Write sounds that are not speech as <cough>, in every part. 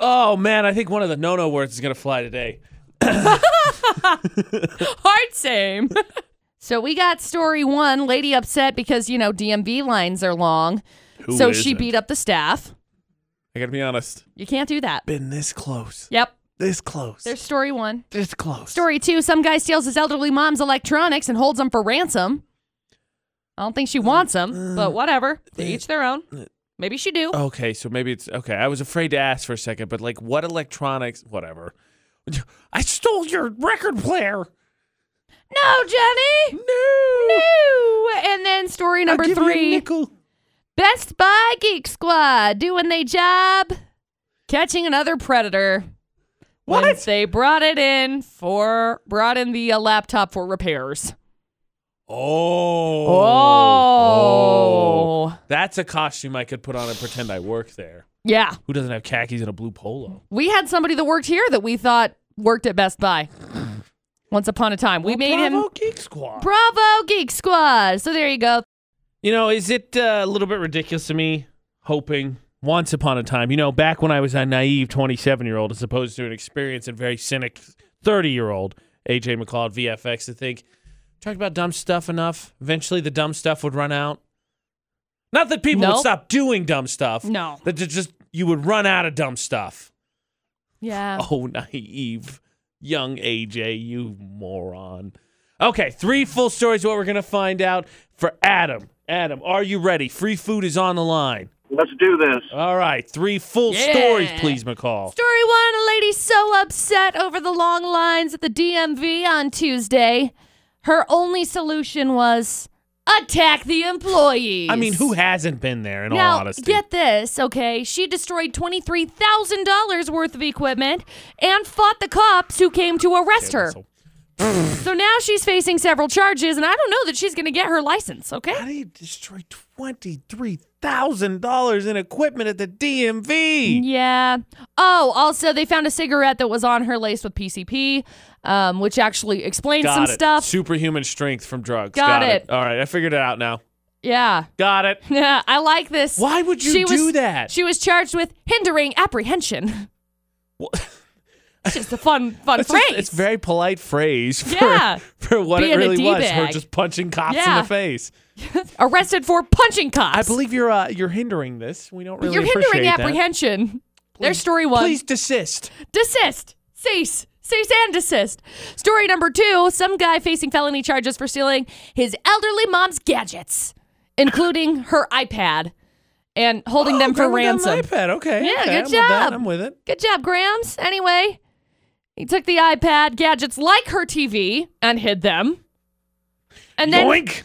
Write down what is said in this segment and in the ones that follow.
Oh man, I think one of the no-no words is gonna fly today. Hard same. so we got story one lady upset because, you know, DMV lines are long. Who so she isn't? beat up the staff. I gotta be honest. You can't do that. Been this close. Yep. This close. There's story one. this close. Story two some guy steals his elderly mom's electronics and holds them for ransom. I don't think she wants them, but whatever. They each their own. Maybe she do. Okay, so maybe it's okay. I was afraid to ask for a second, but like, what electronics? Whatever. I stole your record player. No, Jenny! No. No! And then story number I'll give you a three. nickel. Best Buy Geek Squad doing their job, catching another predator. What? Once they brought it in for brought in the uh, laptop for repairs. Oh. Oh. Oh. That's a costume I could put on and pretend I work there. Yeah, Who doesn't have khakis and a blue polo? we had somebody that worked here that we thought worked at Best Buy. Once upon a time, we made Bravo him Geek Squad. Bravo Geek Squad. So there you go. You know, is it uh, a little bit ridiculous to me hoping once upon a time, you know, back when I was a naive 27 year old as opposed to an experienced and very cynic 30 year old AJ McCall at VFX to think, talked about dumb stuff enough. Eventually the dumb stuff would run out. Not that people would Nope. stop doing dumb stuff. No. That ju- just you would run out of dumb stuff. Yeah. <laughs> Oh, naive young AJ, you moron. Okay, three full stories what we're going to find out for Adam. Adam, are you ready? Free food is on the line. Let's do this. All right, three full Yeah. stories, please, McCall. Story one a lady so upset over the long lines at the DMV on Tuesday. Her only solution was attack the employees. I mean, who hasn't been there in now, all honesty? get this, okay? She destroyed $23,000 worth of equipment and fought the cops who came to arrest her. So, So now she's facing several charges, and I don't know that she's going to get her license, okay? How do you destroy $23,000 in equipment at the DMV? Yeah. Oh, also, they found a cigarette that was on her laced with PCP, um, which actually explains Got some it. stuff. Superhuman strength from drugs. Got it. All right, I figured it out now. yeah. <laughs> Got it. Yeah, I like this. Why would you She do was- that? She was charged with hindering apprehension. <laughs> Wha- It's just a fun, fun It's phrase. just- it's a very polite phrase for, <laughs> Yeah. for what Being it a really was. Her D-bag. just punching cops in Yeah. the face. arrested for punching cops. I believe you're uh, you're hindering this. We don't really you're appreciate hindering that. apprehension. There's story one. Please desist. desist, cease, cease and desist. Story number two: Some guy facing felony charges for stealing his elderly mom's gadgets, <gasps> including her iPad, and holding them for Grab it on ransom. my iPad. Okay. Yeah, okay, I'm good With that. job. I'm with it. Good job, Grams. Anyway, he took the iPad, gadgets like her TV, and hid them. And then Yoink. Ran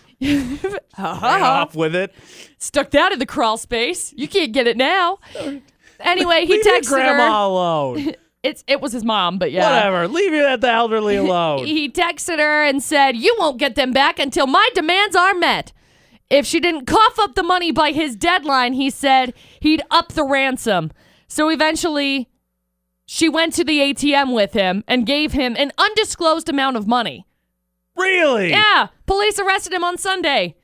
<laughs> Uh-huh. off with it. stuck that in the crawl space. You can't get it now. Anyway, he Leave your texted grandma her. alone. It's it was his mom, but <laughs> yeah. Whatever. Leave you at the <laughs> elderly alone. He texted her and said, "You won't get them back until my demands are met." If she didn't cough up the money by his deadline, he said he'd up the ransom. So eventually, she went to the ATM with him and gave him an undisclosed amount of money. really? Yeah, police arrested him on Sunday.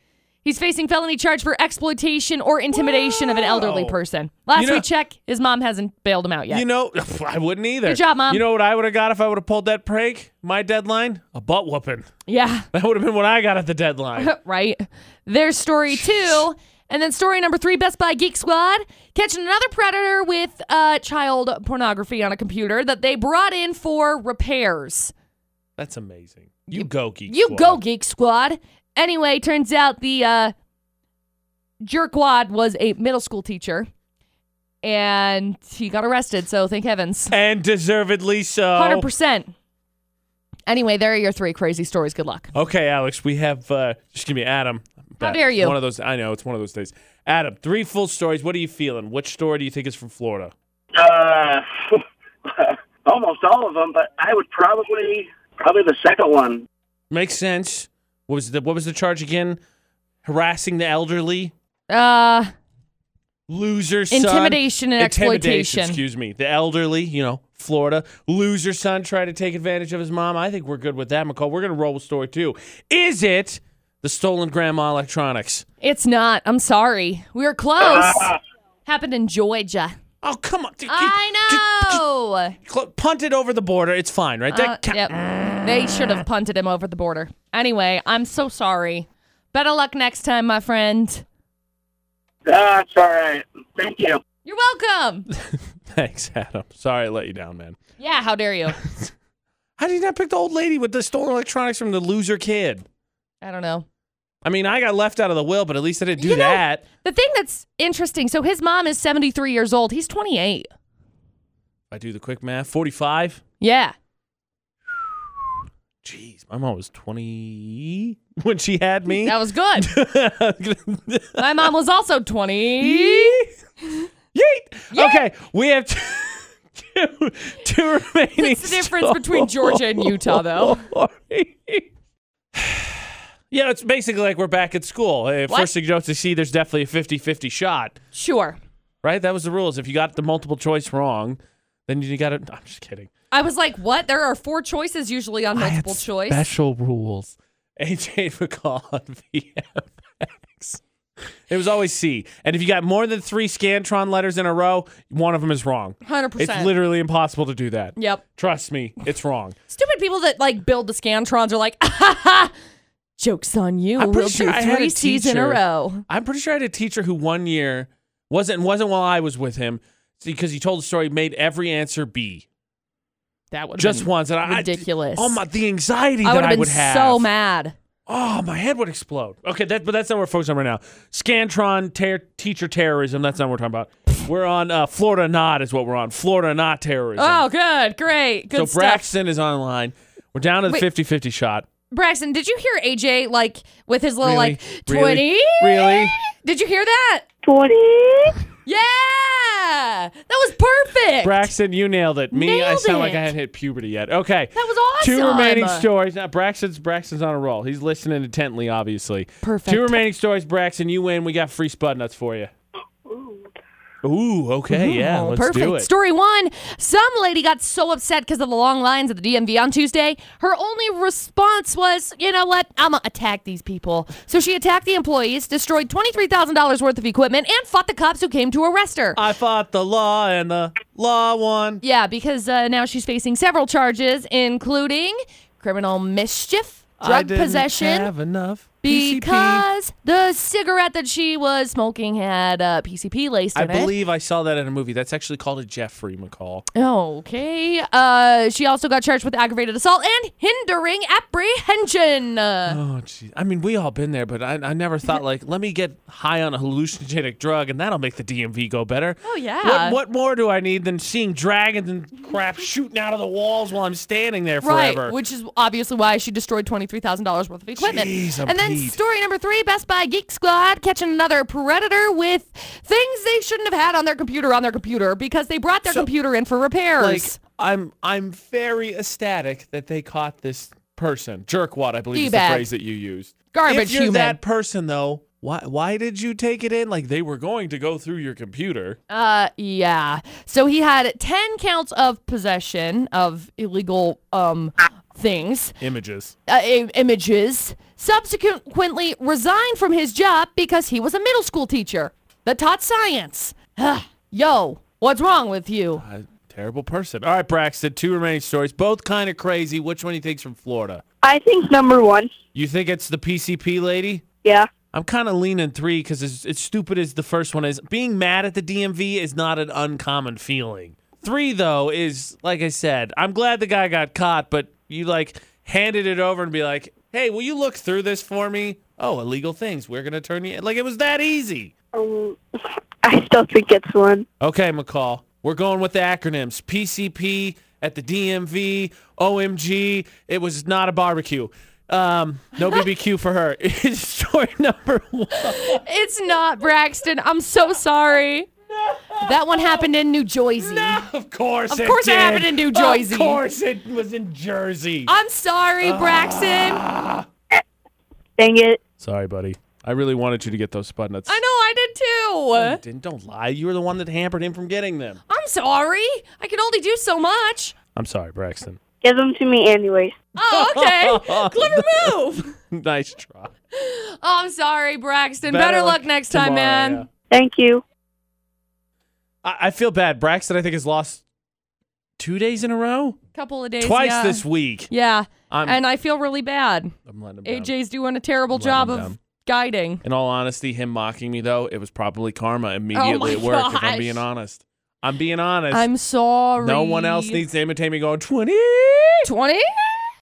He's facing felony charge for exploitation or intimidation of an elderly Wow. person. Last Oh. You know- we check, his mom hasn't bailed him out yet. You know, <laughs> I wouldn't either. Good job, Mom. You know what I would have got if I would have pulled that prank? My deadline? A butt whooping. yeah, That would have been what I got at the <laughs> deadline. right. There's story two, and then story number three: Best Buy Geek Squad catching another predator with uh, child pornography on a computer that they brought in for repairs. That's amazing. You, go, geek. You Squad. go, Geek Squad. Anyway, turns out the uh, jerkwad was a middle school teacher, and he got arrested. So thank heavens, And deservedly so. hundred percent. Anyway, there are your three crazy stories. Good luck. Okay, Alex, we have, uh, excuse me, Adam. That- dare you. One of those, I know, it's one of those days. Adam, three full stories. What are you feeling? Which story do you think is from Florida? Uh, <laughs> almost all of them, but I would probably probably the second one. Makes sense. What was the, what was the charge again? Harassing the elderly? Uh, Loser son. Intimidation and Intimidation, exploitation. Excuse me. The elderly, you know, Florida. Loser son trying to take advantage of his mom. I think we're good with that, McCall. We're going to roll with story two. Is it the stolen grandma electronics? it's not. I'm Ah. sorry. We were close. Happened in Georgia. Oh, come on. Did you- I did- No. Cl- punt it over the border. It's fine, right? Uh, That ca- yep. They should have punted him over the border. Anyway, I'm so sorry. Better luck next time, my friend. That's all right. Thank you. You're <laughs> welcome. <laughs> Thanks, Adam. Sorry I let you down, man. Yeah, how dare you? How did you not pick the old lady with the stolen electronics from the loser kid? I don't know. I mean, I got left out of the will, but at least I didn't do You know- that. The thing that's interesting so his mom is 73 years old. He's 28. I do the quick math. 45? Yeah. Jeez, my mom was 20 <laughs> when she had me. <laughs> That was good. Yeet. My mom was also 20. Okay, we have <laughs> t- two, two remaining. What's the difference between Georgia and <laughs> Utah, <laughs> though? stories. <sighs> yeah, it's basically like we're back at school. If What? first thing you don't succeed, there's definitely a 50 50 shot, Sure. right? That was the rules. If you got the multiple choice wrong, then you got it. I'm just kidding. I was like, what? There are four choices usually on I had multiple choice. Special rules. AJ McCall on <laughs> VFX. It was always C. And if you got more than three Scantron letters in a row, one of them is wrong. 100%. It's literally impossible to do that. yep. Trust me, it's wrong. Stupid people that like build the Scantrons are like, <laughs> ah, ha, ha. Joke's on you. I'm pretty we'll sure I do had a three C's in a teacher- row. I'm pretty sure I had a teacher who one year wasn't wasn't while I was with him because he told the story made every answer B That would just once and I ridiculous. I, oh my the anxiety I that would I have would been have so mad. Oh, my head would explode. Okay, that, but that's not what we're focused on right now. Scantron, ter- teacher terrorism. That's not what we're talking about. We're on uh, Florida Not is what we're on. Florida Not terrorism. Oh, good, great, so good stuff. Braxton is online. We're down to the Wait. 50-50 shot. Braxton, did you hear AJ like with his little Really? like Really? twenty? Really? Did you hear that? 20. Yeah, that was perfect. Braxton, you nailed it. Me, I Nailed sound like it. I hadn't hit puberty yet. Okay. that was awesome. Two remaining stories. Now Braxton's Braxton's on a roll. He's listening intently, obviously. Perfect. Two remaining stories, Braxton. You win. We got free spud nuts for you. Ooh, okay, yeah. Oh, Let's perfect. do it. Story one. Some lady got so upset because of the long lines at the DMV on Tuesday. Her only response was, you know what? I'm going to attack these people. So she attacked the employees, destroyed $23,000 worth of equipment, and fought the cops who came to arrest her. I fought the law and the law won. yeah, because uh, now she's facing several charges, including criminal mischief, I drug didn't possession, Have enough. PCP. because the cigarette that she was smoking had uh, PCP laced in I it. believe I saw that in a movie. That's actually called a Jeffrey McCall. Okay. Uh, she also got charged with aggravated assault and hindering apprehension. Uh, Oh, jeez. I mean, we all been there, but I, I <laughs> never thought like, let me get high on a hallucinogenic drug, and that'll make the DMV go better. Oh, yeah. What, what more do I need than seeing dragons and crap shooting out of the walls while I'm standing there right, forever? which is obviously why she destroyed $23,000 worth of equipment. Jeez, I'm and then peed. story number three Best Buy Geek Squad catching another predator with things they shouldn't have had on their computer on their computer because they brought their So, computer in for repairs. like, I'm I'm very ecstatic that they caught this person, jerkwad. I believe is the Teabag. phrase that you used. Garbage if you're human. that person though, why why did you take it in? Like they were going to go through your computer. Uh, yeah. So he had 10 counts of possession of illegal um things. Images. uh, i- images, subsequently resigned from his job because he was a middle school teacher that taught science. Ugh. Yo, what's wrong with you? A terrible person. All right, Braxton. Two remaining stories, both kind of crazy. Which one do you think's from Florida? I think number one. You think it's the PCP lady? Yeah. I'm kind of leaning three because as, as stupid as the first one is, being mad at the DMV is not an uncommon feeling. Three, though, is like I said, I'm glad the guy got caught, but you like handed it over and be like, hey, will you look through this for me? Oh, illegal things. We're going to turn you. Like it was that easy. Um, I still think it's one. Okay, McCall. We're going with the acronyms PCP at the DMV, OMG. It was not a barbecue. Um, <laughs> no BBQ for her. It's story number one. It's not Braxton. I'm so sorry. That one happened in New Jersey. <laughs> Of course, of course it happened in New Jersey. Of course, it was in Jersey. I'm sorry, Ah. Braxton. Dang it. Sorry, buddy. I really wanted you to get those spud nuts. I know I did too. Didn't, don't lie. You were the one that hampered him from getting them. I'm sorry. I can only do so much. I'm sorry, Braxton. Give them to me anyways. Oh, okay. Clever move. <laughs> nice try. Oh, I'm sorry, Braxton. Better, luck, next time, tomorrow, man. yeah. Thank you. I, I feel bad. Braxton, I think, has lost two days in a row, Couple of days. twice yeah. this week. Yeah. I'm- and I feel really bad. I'm letting him down. AJ's doing a terrible Let job him of down. guiding. In all honesty, him mocking me though, it was probably karma immediately my at work. If gosh. I'm being honest, I'm being honest. I'm sorry. no one else needs to imitate me going twenty. 20?